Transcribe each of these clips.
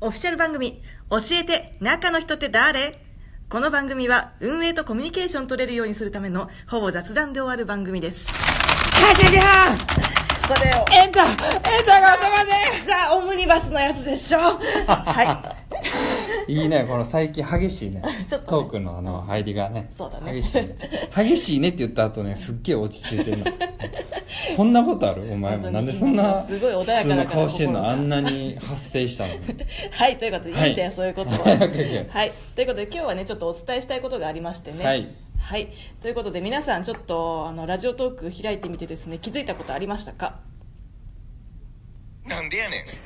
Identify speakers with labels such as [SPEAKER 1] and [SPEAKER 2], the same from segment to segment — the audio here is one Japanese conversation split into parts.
[SPEAKER 1] オフィシャル番組教えて中の人って誰この番組は運営とコミュニケーション取れるようにするためのほぼ雑談で終わる番組です
[SPEAKER 2] カシャギハン
[SPEAKER 1] これを
[SPEAKER 2] エンタエンタが頭で
[SPEAKER 1] ザ・オムニバスのやつで しょはい
[SPEAKER 2] いいねこの最近激しいね
[SPEAKER 1] ちょっとね
[SPEAKER 2] トークのあの入りがね
[SPEAKER 1] そうだね
[SPEAKER 2] 激しいね激しいねって言った後ねすっげえ落ち着いてるの こんなことあるお前
[SPEAKER 1] 本当
[SPEAKER 2] も
[SPEAKER 1] に
[SPEAKER 2] なんでそんな
[SPEAKER 1] すごい穏や
[SPEAKER 2] 普
[SPEAKER 1] かだから
[SPEAKER 2] 通の顔してん
[SPEAKER 1] 心
[SPEAKER 2] の
[SPEAKER 1] が
[SPEAKER 2] あんなに発声したのに
[SPEAKER 1] はいということで
[SPEAKER 2] はい
[SPEAKER 1] いんだよそういう こと
[SPEAKER 2] はい
[SPEAKER 1] は
[SPEAKER 2] OK
[SPEAKER 1] はいということで今日はねちょっとお伝えしたいことがありましてね
[SPEAKER 2] はい
[SPEAKER 1] はいということで皆さんちょっとあのラジオトーク開いてみてですね気づいたことありましたか
[SPEAKER 3] なんでやねん。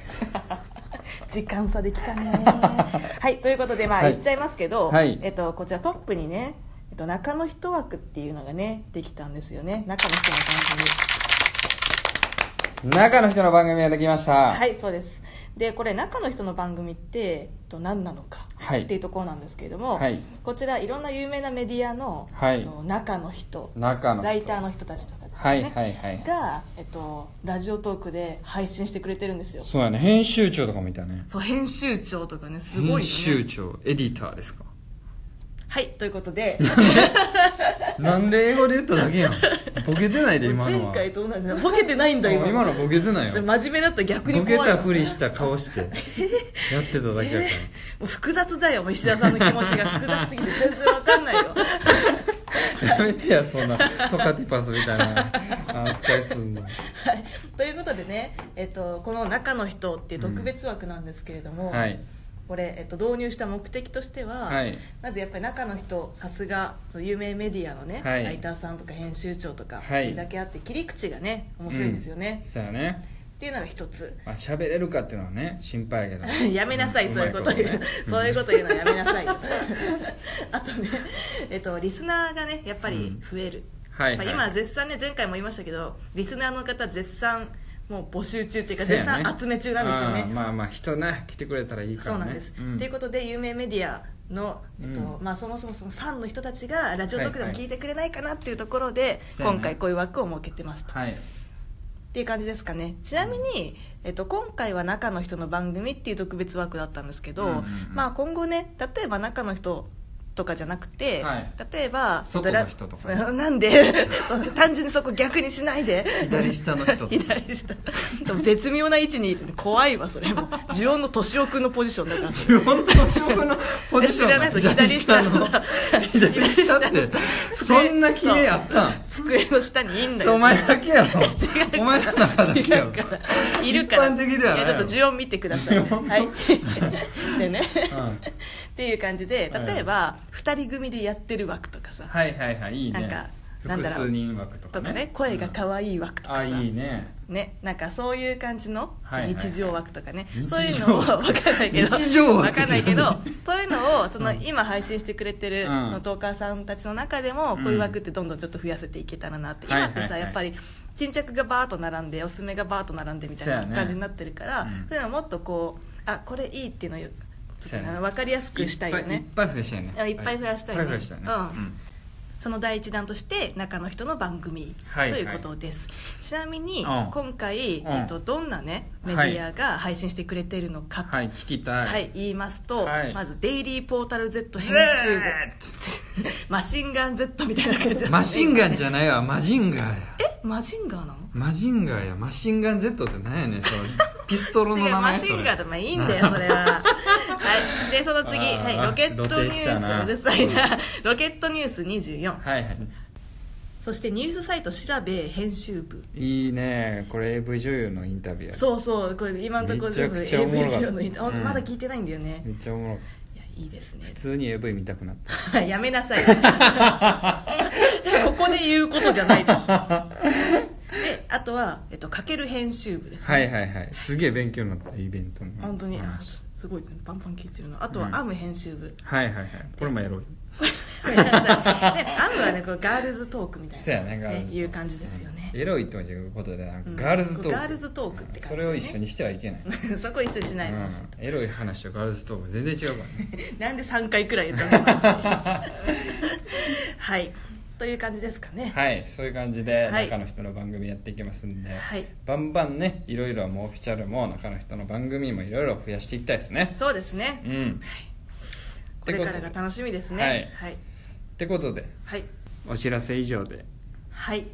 [SPEAKER 1] 時間差できたね はいということでまあ
[SPEAKER 2] はい
[SPEAKER 1] 言っちゃいますけど、
[SPEAKER 2] はい
[SPEAKER 1] えっと、こちらトップにね、えっと、中の一枠っていうのがねできたんですよね中の人の番組
[SPEAKER 2] 中の人の番組ができました
[SPEAKER 1] はいそうですでこれ中の人の番組ってえっと何なのか
[SPEAKER 2] はい
[SPEAKER 1] っていうところなんですけれども、
[SPEAKER 2] はい
[SPEAKER 1] こちらいろんな有名なメディアの、
[SPEAKER 2] はい
[SPEAKER 1] えっと中の人
[SPEAKER 2] 中の人
[SPEAKER 1] ライターの人たちとかですよ
[SPEAKER 2] はい
[SPEAKER 1] ね、
[SPEAKER 2] はいはい
[SPEAKER 1] が、えっと、ラジオトークで配信してくれてるんですよ
[SPEAKER 2] そうやね編集長とかもいたね
[SPEAKER 1] そう編集長とかねすごいよね
[SPEAKER 2] 編集長エディターですか
[SPEAKER 1] はいということで
[SPEAKER 2] なんで英語で言っただけやんボケてないで今の
[SPEAKER 1] 前
[SPEAKER 2] は
[SPEAKER 1] 回と同じだボケてないんだ今
[SPEAKER 2] 今のボケてないよ
[SPEAKER 1] 真面目だったら逆に
[SPEAKER 2] ボ
[SPEAKER 1] 怖い
[SPEAKER 2] ケたふりした顔して やってただけやから、
[SPEAKER 1] もう複雑だよもう石田さんの気持ちが複雑すぎて全然わかんないよ
[SPEAKER 2] やめてやそんなトカティパスみたいな扱いすんの
[SPEAKER 1] はい、ということでね、えっと、この「中の人」っていう特別枠なんですけれども、
[SPEAKER 2] はい
[SPEAKER 1] これ、えっと、導入した目的としては、
[SPEAKER 2] はい
[SPEAKER 1] まずやっぱり中の人さすがそう有名メディアのね、
[SPEAKER 2] はい
[SPEAKER 1] ライターさんとか編集長とか
[SPEAKER 2] はい
[SPEAKER 1] だけあって切り口がね面白いんですよね、
[SPEAKER 2] そうやね
[SPEAKER 1] っていうのが一つ
[SPEAKER 2] まあ喋れるかっていうのはね心配やけど
[SPEAKER 1] やめなさい、
[SPEAKER 2] ん
[SPEAKER 1] そういうこと言う
[SPEAKER 2] まね
[SPEAKER 1] そういうこと言うのはやめなさいよあとね、えっと、リスナーがねやっぱり増える、
[SPEAKER 2] はいはい
[SPEAKER 1] やっぱ今絶賛ね前回も言いましたけどリスナーの方絶賛もう募集中っていうか
[SPEAKER 2] そうや
[SPEAKER 1] 絶
[SPEAKER 2] ね
[SPEAKER 1] 賛集め中なんですよ
[SPEAKER 2] あ
[SPEAKER 1] ね
[SPEAKER 2] ーまあまあ人ね来てくれたらいいから
[SPEAKER 1] そう
[SPEAKER 2] ね
[SPEAKER 1] なんです、ということで有名メディアの、えっと
[SPEAKER 2] う
[SPEAKER 1] まあ、そもそもそのファンの人たちがラジオトークでも
[SPEAKER 2] はいはい
[SPEAKER 1] 聞いてくれないかなっていうところで、
[SPEAKER 2] そうやね
[SPEAKER 1] 今回こういう枠を設けてますと、
[SPEAKER 2] はい
[SPEAKER 1] っていう感じですかねちなみに、えっと、今回は中の人の番組っていう特別枠だったんですけど、
[SPEAKER 2] うんうんうん
[SPEAKER 1] まあ、今後ね例えば中の人とかじゃなくて、
[SPEAKER 2] はい
[SPEAKER 1] 例えば
[SPEAKER 2] 外の人とかね
[SPEAKER 1] えっラ なんでそう単純にそこ逆にしないで
[SPEAKER 2] 左下の人
[SPEAKER 1] 左下でも絶妙な位置にいる怖いわそれも呪音の敏夫君のポジションだから
[SPEAKER 2] 自分の年奥のポジション
[SPEAKER 1] 知らないと左下の
[SPEAKER 2] 左下っ
[SPEAKER 1] 左
[SPEAKER 2] て
[SPEAKER 1] 下
[SPEAKER 2] そんな決めあったん
[SPEAKER 1] 机の下にいんだ
[SPEAKER 2] そう
[SPEAKER 1] よ
[SPEAKER 2] お前だけやろ
[SPEAKER 1] 違う
[SPEAKER 2] お前の中だけやろ
[SPEAKER 1] 違うからいるから
[SPEAKER 2] 一般的ではな
[SPEAKER 1] や
[SPEAKER 2] い
[SPEAKER 1] ちょっと呪音見てください、
[SPEAKER 2] 呪音
[SPEAKER 1] はい でね、
[SPEAKER 2] うん
[SPEAKER 1] っていう感じで例えば2人組でやってる枠とかさ、
[SPEAKER 2] はいはいはいいいね
[SPEAKER 1] なんかなん
[SPEAKER 2] 複
[SPEAKER 1] だろう
[SPEAKER 2] 数人枠とか
[SPEAKER 1] と
[SPEAKER 2] ね
[SPEAKER 1] かね声が可愛い枠とか
[SPEAKER 2] あ
[SPEAKER 1] さ、
[SPEAKER 2] いいね
[SPEAKER 1] ね、なんかそういう感じの
[SPEAKER 2] はいはいはい
[SPEAKER 1] 日常枠とかね、
[SPEAKER 2] 日常
[SPEAKER 1] そういうのを 分かんないけど
[SPEAKER 2] 日常枠
[SPEAKER 1] 分かんないけど
[SPEAKER 2] じゃない
[SPEAKER 1] そういうの をその
[SPEAKER 2] うん
[SPEAKER 1] 今配信してくれてる
[SPEAKER 2] うん
[SPEAKER 1] そのトーカーさんたちの中でも
[SPEAKER 2] うん
[SPEAKER 1] こういう枠ってどんどんちょっと増やせていけたらなって、
[SPEAKER 2] はい
[SPEAKER 1] 今
[SPEAKER 2] は
[SPEAKER 1] っ
[SPEAKER 2] い
[SPEAKER 1] てさ
[SPEAKER 2] はい
[SPEAKER 1] やっぱり巾着がバーッと並んでおすすめがバーッと並んでみたい
[SPEAKER 2] そう
[SPEAKER 1] な
[SPEAKER 2] やね
[SPEAKER 1] 感じになってるから
[SPEAKER 2] うん
[SPEAKER 1] そういうのをもっとこうあこれいいっていうのを
[SPEAKER 2] そうやね
[SPEAKER 1] あの分かりやすくしたいよ
[SPEAKER 2] いっ
[SPEAKER 1] ね
[SPEAKER 2] ぱいいっぱい増やしたい
[SPEAKER 1] あ
[SPEAKER 2] ね
[SPEAKER 1] いっぱい増やしたいね
[SPEAKER 2] っぱ増やしたいね
[SPEAKER 1] うんその第一弾として中の人の番組と
[SPEAKER 2] はい
[SPEAKER 1] いうことです、ちなみに
[SPEAKER 2] うん
[SPEAKER 1] 今回、
[SPEAKER 2] うん
[SPEAKER 1] えっと、どんなねメディアが配信してくれているのかと、
[SPEAKER 2] はい聞きたい
[SPEAKER 1] はい言いますと、
[SPEAKER 2] はい
[SPEAKER 1] まず「デイリーポータル Z 編集
[SPEAKER 2] ず
[SPEAKER 1] 部
[SPEAKER 2] ーっ」
[SPEAKER 1] マシンガン Z みたいな感じだ
[SPEAKER 2] マシンガンじゃないわマジンガーや
[SPEAKER 1] えマジンガーなの
[SPEAKER 2] マジンガーやマシンガン Z って何やねん そのピストルの
[SPEAKER 1] 違
[SPEAKER 2] 名
[SPEAKER 1] うマ
[SPEAKER 2] 前
[SPEAKER 1] シンガーとまあいいん
[SPEAKER 2] よ
[SPEAKER 1] だよそれははいでその次、
[SPEAKER 2] あ
[SPEAKER 1] は
[SPEAKER 2] ー
[SPEAKER 1] い、ロケットニュ
[SPEAKER 2] 露呈
[SPEAKER 1] ー
[SPEAKER 2] し
[SPEAKER 1] ス
[SPEAKER 2] たな
[SPEAKER 1] うるさいなロケットニュース24
[SPEAKER 2] はいはい
[SPEAKER 1] そしてニュースサイト調べ編集部
[SPEAKER 2] いいねこれ AV 女優のインタビューや
[SPEAKER 1] そうそうこれ今のところ
[SPEAKER 2] めちゃくちゃおもろかった
[SPEAKER 1] AV のインタあ
[SPEAKER 2] うん
[SPEAKER 1] まだ聞いてないんだよね
[SPEAKER 2] めっちゃおもろい
[SPEAKER 1] いやいいですね
[SPEAKER 2] 普通に AV 見たくなった
[SPEAKER 1] やめなさい ここで言うことじゃない でしょであとは、えっと、かける編集部ですね、
[SPEAKER 2] はいはいはいすげえ勉強になったイベントの
[SPEAKER 1] 本当に、あ
[SPEAKER 2] 話
[SPEAKER 1] すごいねバンバン聞いてるのあと
[SPEAKER 2] う
[SPEAKER 1] は
[SPEAKER 2] ん
[SPEAKER 1] アム編集 部、
[SPEAKER 2] はいはいはいこれもやろう
[SPEAKER 1] ごめんなさいでアムはねこうガールズトークみたいな
[SPEAKER 2] そうやねガールズトーク
[SPEAKER 1] いう感じですよね、
[SPEAKER 2] エロいってもいうことでなんか
[SPEAKER 1] うん
[SPEAKER 2] ガールズトーク、
[SPEAKER 1] ガールズトークって感じだ
[SPEAKER 2] そ
[SPEAKER 1] ね
[SPEAKER 2] れを一緒にしてはいけない、
[SPEAKER 1] そこ一緒にしないでほしい
[SPEAKER 2] うんエロい話とガールズトーク全然違うからね
[SPEAKER 1] なんで3回くらい言ったのはいという感じですかね
[SPEAKER 2] はいそういう感じで
[SPEAKER 1] はい
[SPEAKER 2] 中の人の番組やっていきますんで、
[SPEAKER 1] はい
[SPEAKER 2] バンバンねいろいろもうオフィシャルも中の人の番組もいろいろ増やしていきたいですね
[SPEAKER 1] そうですね
[SPEAKER 2] うん
[SPEAKER 1] これからが楽しみですねはい
[SPEAKER 2] ってことで
[SPEAKER 1] はい
[SPEAKER 2] お知らせ以上で
[SPEAKER 1] はい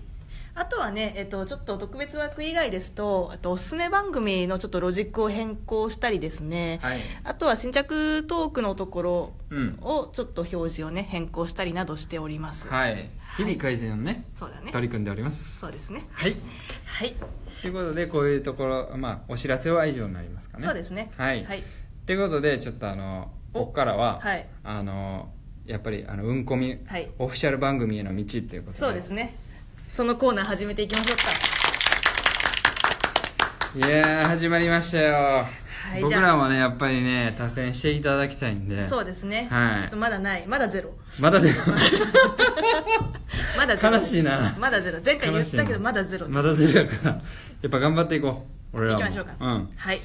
[SPEAKER 1] あとはね、えっと、ちょっと特別枠以外ですとえっとおすすめ番組のちょっとロジックを変更したりですね、
[SPEAKER 2] はい
[SPEAKER 1] あとは新着トークのところ
[SPEAKER 2] うん
[SPEAKER 1] をちょっと表示をね変更したりなどしております、
[SPEAKER 2] はい日々改善をね
[SPEAKER 1] そうだね
[SPEAKER 2] 取り組んでおります
[SPEAKER 1] そうですね
[SPEAKER 2] はい
[SPEAKER 1] はい、
[SPEAKER 2] ということでこういうところまあお知らせは以上になりますかね
[SPEAKER 1] そうですね
[SPEAKER 2] はい
[SPEAKER 1] はい、
[SPEAKER 2] ってことでちょっとあの
[SPEAKER 1] お
[SPEAKER 2] ここからは、
[SPEAKER 1] はい
[SPEAKER 2] あのやっぱりあのうんこみ、
[SPEAKER 1] はい
[SPEAKER 2] オフィシャル番組への道っていうことで
[SPEAKER 1] そうですねそのコーナー始めていきましょうか
[SPEAKER 2] いやー始まりましたよ、
[SPEAKER 1] い
[SPEAKER 2] 僕
[SPEAKER 1] じゃあ
[SPEAKER 2] らもねやっぱりね多選していただきたいんで
[SPEAKER 1] そうですね、
[SPEAKER 2] はい
[SPEAKER 1] ちょっとまだないまだゼロ
[SPEAKER 2] まだでも
[SPEAKER 1] まだゼロ
[SPEAKER 2] 悲しいな
[SPEAKER 1] まだゼロ前回言った
[SPEAKER 2] 悲しい
[SPEAKER 1] け
[SPEAKER 2] な
[SPEAKER 1] どまだゼロ
[SPEAKER 2] まだゼロやからやっぱ頑張っていこう俺ら
[SPEAKER 1] 行
[SPEAKER 2] も
[SPEAKER 1] きましょうか、
[SPEAKER 2] うん、
[SPEAKER 1] はい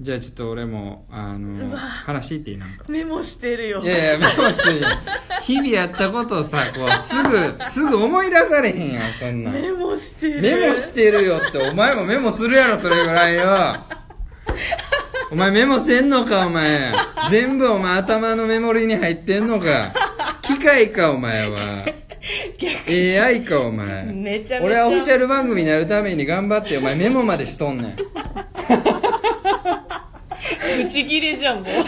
[SPEAKER 2] じゃあちょっと俺もあの
[SPEAKER 1] うわ
[SPEAKER 2] 話していいなんか
[SPEAKER 1] メモしてるよ
[SPEAKER 2] いやいやメモしてるよ日々やったことをさこうすぐすぐ思い出されへんやんそんなん
[SPEAKER 1] メモしてる
[SPEAKER 2] メモしてるよってお前もメモするやろそれぐらいよお前メモせんのかお前全部お前頭のメモリに入ってんのか機械かお前は AI かお前
[SPEAKER 1] めちゃめちゃ
[SPEAKER 2] 俺はオフィシャル番組になるために頑張ってお前メモまでしとんねん
[SPEAKER 1] 打ち切れじ ゃんもういや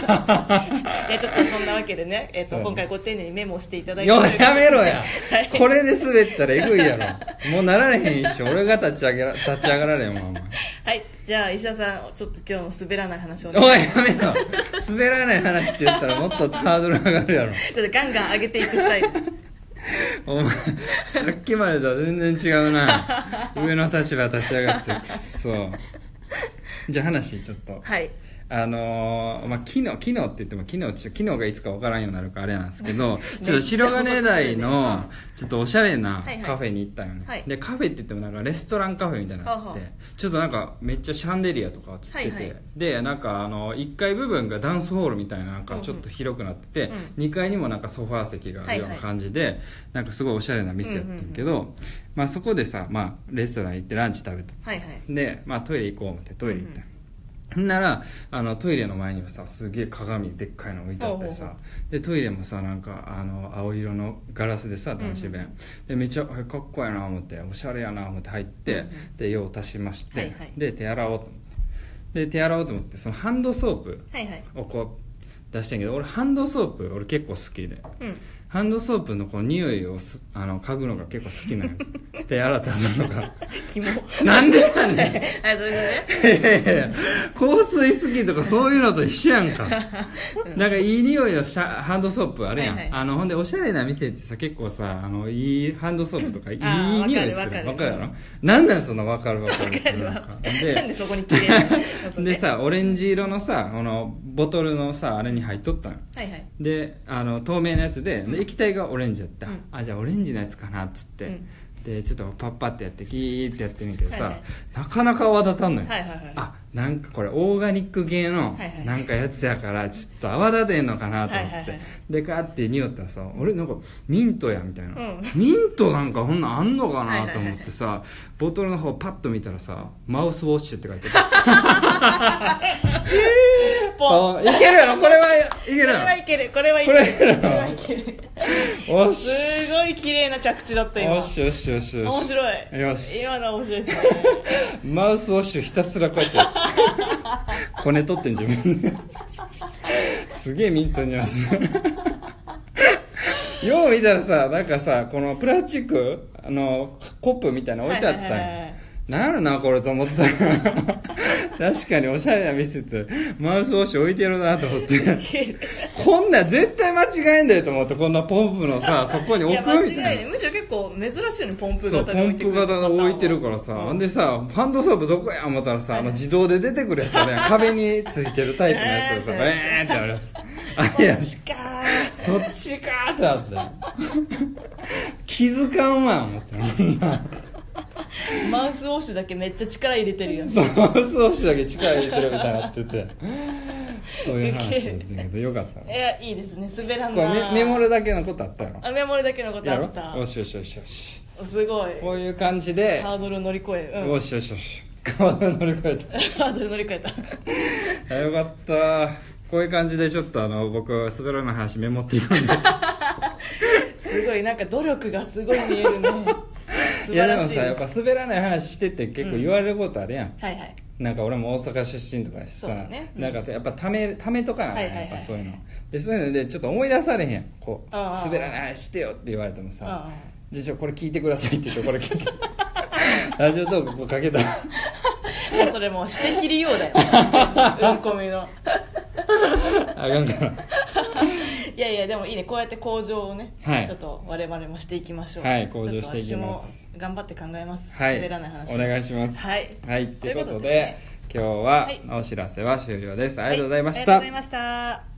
[SPEAKER 1] ちょっとそんなわけでね、えっ
[SPEAKER 2] そ
[SPEAKER 1] と
[SPEAKER 2] う
[SPEAKER 1] 今回ご丁寧にメモしていただいて
[SPEAKER 2] よやめろ や、
[SPEAKER 1] はい
[SPEAKER 2] これで滑ったらえぐいやろもうなられへん一生俺が立ち上げら立ち上がられんわお前
[SPEAKER 1] はいじゃあ石田さんちょっと今日も滑らない話をね
[SPEAKER 2] おいやめろ滑らない話って言ったらもっとハードル上がるやろ
[SPEAKER 1] ちょっとガンガン上げていくスタイ ル
[SPEAKER 2] お前さっきまでとは全然違うな上の立場立ち上がってくっそじゃあ話ちょっと
[SPEAKER 1] はい
[SPEAKER 2] あのーまあ、昨日昨日って言っても昨日ちょ昨日がいつか分からんようになるからあれなんです けどちょっと白金台のちょっとおしゃれな
[SPEAKER 1] はいはい
[SPEAKER 2] カフェに行ったよね、
[SPEAKER 1] はい
[SPEAKER 2] でカフェって言ってもなんかレストランカフェみたいなのがあって
[SPEAKER 1] はあは
[SPEAKER 2] ちょっとなんかめっちゃシャンデリアとかつってて、
[SPEAKER 1] はいはい
[SPEAKER 2] でなんかあの1階部分がダンスホールみたいななんかちょっと広くなってて、
[SPEAKER 1] うんうん
[SPEAKER 2] 2階にもなんかソファー席があるような感じで、なんかすごいおしゃれな店やってんけど、まあ、そこでさ、まあ、レストラン行ってランチ食べて
[SPEAKER 1] はいはい
[SPEAKER 2] で、まあ、トイレ行こう思ってトイレ行った、ほんならあのトイレの前にはさすげえ鏡でっかいの置いてあったりさ
[SPEAKER 1] ほうほ
[SPEAKER 2] でトイレもさなんかあの青色のガラスでさ男子弁、でめっちゃあかっこいいな思っておしゃれやな思って入って、
[SPEAKER 1] うん
[SPEAKER 2] で用を足しまして、
[SPEAKER 1] はいはい
[SPEAKER 2] で手洗おうと思ってで手洗おうと思ってそのハンドソープ
[SPEAKER 1] はいはい
[SPEAKER 2] をこう出してんけど俺ハンドソープ俺結構好きで
[SPEAKER 1] うん
[SPEAKER 2] ハンドソープのこう匂いをすあの嗅ぐのが結構好きな の手洗ったのが
[SPEAKER 1] キモ
[SPEAKER 2] なんでやねん
[SPEAKER 1] あそうですね
[SPEAKER 2] いやいやいや香水好きとかそういうのと一緒やんかなんかいい匂いのシャハンドソープあるやん、
[SPEAKER 1] はいはい
[SPEAKER 2] あのほんでおしゃれな店ってさ結構さあのいいハンドソープとかいい
[SPEAKER 1] あー
[SPEAKER 2] 匂いす
[SPEAKER 1] わ
[SPEAKER 2] る
[SPEAKER 1] かる
[SPEAKER 2] わ
[SPEAKER 1] わ
[SPEAKER 2] か
[SPEAKER 1] か
[SPEAKER 2] る
[SPEAKER 1] る
[SPEAKER 2] やろなんなんそんなわかるわかる
[SPEAKER 1] わかるわなん
[SPEAKER 2] で
[SPEAKER 1] でそこに綺麗
[SPEAKER 2] でさオレンジ色のさこのボトルのさあれに入っとったの
[SPEAKER 1] はいはい
[SPEAKER 2] であの透明なやつでで液体がオレンジやった、
[SPEAKER 1] うん
[SPEAKER 2] あじゃあオレンジのやつかなっつって、
[SPEAKER 1] うん
[SPEAKER 2] でちょっとパッパってやってキーってやってるけどさ、
[SPEAKER 1] はいはい
[SPEAKER 2] なかなか泡立たんのよ、
[SPEAKER 1] はいはいはい
[SPEAKER 2] あなんかこれオーガニック系の
[SPEAKER 1] はいはい
[SPEAKER 2] なんかやつやからちょっと泡立てんのかなと思って、
[SPEAKER 1] はいはいはい
[SPEAKER 2] でカーって匂ったらさあれなんかミントやみたい
[SPEAKER 1] う
[SPEAKER 2] な、
[SPEAKER 1] ん
[SPEAKER 2] ミントなんかこんなんあんのかなと思ってさ、ボトルの方パッと見たらさマウスウォッシュって書いて ある
[SPEAKER 1] ポン
[SPEAKER 2] あいけるやろこれはいけ
[SPEAKER 1] こ
[SPEAKER 2] る
[SPEAKER 1] れ
[SPEAKER 2] やろ
[SPEAKER 1] はいけるこれはい
[SPEAKER 2] こ
[SPEAKER 1] け
[SPEAKER 2] れ
[SPEAKER 1] る
[SPEAKER 2] はい
[SPEAKER 1] これはいける
[SPEAKER 2] けるおっし
[SPEAKER 1] すごい綺麗な着地だった今
[SPEAKER 2] よしよしよしよし
[SPEAKER 1] 面白い
[SPEAKER 2] よし
[SPEAKER 1] 今のは面白いですね
[SPEAKER 2] マウスウォッシュひたすらこうやって こねとってん自分ですげえミントに似合わせ るよう見たらさなんかさこのプラスチックあのコップみたいなの置いてあったん
[SPEAKER 1] はいはいはいは
[SPEAKER 2] や
[SPEAKER 1] い
[SPEAKER 2] なんやろなこれと思った ら確かにおしゃれな店ってマウスウォッシュ置いてるなと思って
[SPEAKER 1] 綺麗
[SPEAKER 2] こんなん絶対間違えんだよと思ってこんなポンプのさそこに
[SPEAKER 1] い
[SPEAKER 2] 置
[SPEAKER 1] や
[SPEAKER 2] く
[SPEAKER 1] 間
[SPEAKER 2] みた
[SPEAKER 1] 違い
[SPEAKER 2] い
[SPEAKER 1] ね
[SPEAKER 2] な
[SPEAKER 1] むしろ結構珍しいよねポンプ
[SPEAKER 2] そう
[SPEAKER 1] 型
[SPEAKER 2] ポ
[SPEAKER 1] で置
[SPEAKER 2] ン
[SPEAKER 1] いてくる
[SPEAKER 2] プ
[SPEAKER 1] パタ
[SPEAKER 2] 型
[SPEAKER 1] ーンは
[SPEAKER 2] の置いてるからさ、ほん、でさハンドソープどこや思ったらさあの自動で出てくるやつ ね壁についてるタイプのやつでさえ
[SPEAKER 1] え
[SPEAKER 2] ーってなるやつあれやつ
[SPEAKER 1] しか
[SPEAKER 2] そっちかーってなって気づかんわ思って
[SPEAKER 1] ーマウスウォッシュだけめっちゃ力入れてるやん
[SPEAKER 2] そう、少しだけ力入れてるみたいになってて。そういう話だったんだけどよかったね
[SPEAKER 1] えいいですね滑らん
[SPEAKER 2] こう
[SPEAKER 1] な
[SPEAKER 2] メメモるだけのことあったやろ
[SPEAKER 1] あメモるだけのこと
[SPEAKER 2] や
[SPEAKER 1] あ
[SPEAKER 2] ろ
[SPEAKER 1] った
[SPEAKER 2] よしよしよしよし
[SPEAKER 1] すごい
[SPEAKER 2] こういう感じで
[SPEAKER 1] ハードルを乗り越え、うん、
[SPEAKER 2] よしよしよし川田乗り越えた
[SPEAKER 1] ハードル乗り越えた
[SPEAKER 2] あよかったこういう感じでちょっとあの僕滑らない話メモっていかんです
[SPEAKER 1] ごいなんか努力がすごい見えるね 素晴
[SPEAKER 2] いやで
[SPEAKER 1] ら
[SPEAKER 2] も
[SPEAKER 1] しい
[SPEAKER 2] さやっ
[SPEAKER 1] で
[SPEAKER 2] ぱ
[SPEAKER 1] す
[SPEAKER 2] 滑らない話してて結構言われることあるやん、
[SPEAKER 1] はいはい
[SPEAKER 2] なんか俺も大阪出身とかやしさ、
[SPEAKER 1] そうだねうん
[SPEAKER 2] なんかやっぱためためとかなあかんやん
[SPEAKER 1] はいはい
[SPEAKER 2] や
[SPEAKER 1] はい
[SPEAKER 2] っぱそういうのでそういうのでちょっと思い出されへんこう
[SPEAKER 1] ああ
[SPEAKER 2] 滑らない話してよって言われても
[SPEAKER 1] あ
[SPEAKER 2] さ
[SPEAKER 1] あ
[SPEAKER 2] 「じゃあちょこれ聞いてください」って言って これ聞いてラジオトークこうかけたら
[SPEAKER 1] もうそれもうして切りよう だようんこみの
[SPEAKER 2] あかんから
[SPEAKER 1] いやいやでもいいねこうやって向上をね、
[SPEAKER 2] はい
[SPEAKER 1] ちょっと我々もしていきましょう
[SPEAKER 2] はい向上していきます
[SPEAKER 1] ちょっと私も頑張って考えます、
[SPEAKER 2] はい
[SPEAKER 1] 滑らない話
[SPEAKER 2] お願いします
[SPEAKER 1] はい
[SPEAKER 2] はいというこ
[SPEAKER 1] ということ
[SPEAKER 2] とで
[SPEAKER 1] でね
[SPEAKER 2] 今日は
[SPEAKER 1] はい
[SPEAKER 2] お知らせは終了です、
[SPEAKER 1] は
[SPEAKER 2] ありがとうございまし
[SPEAKER 1] あ
[SPEAKER 2] た、
[SPEAKER 1] りがとうございました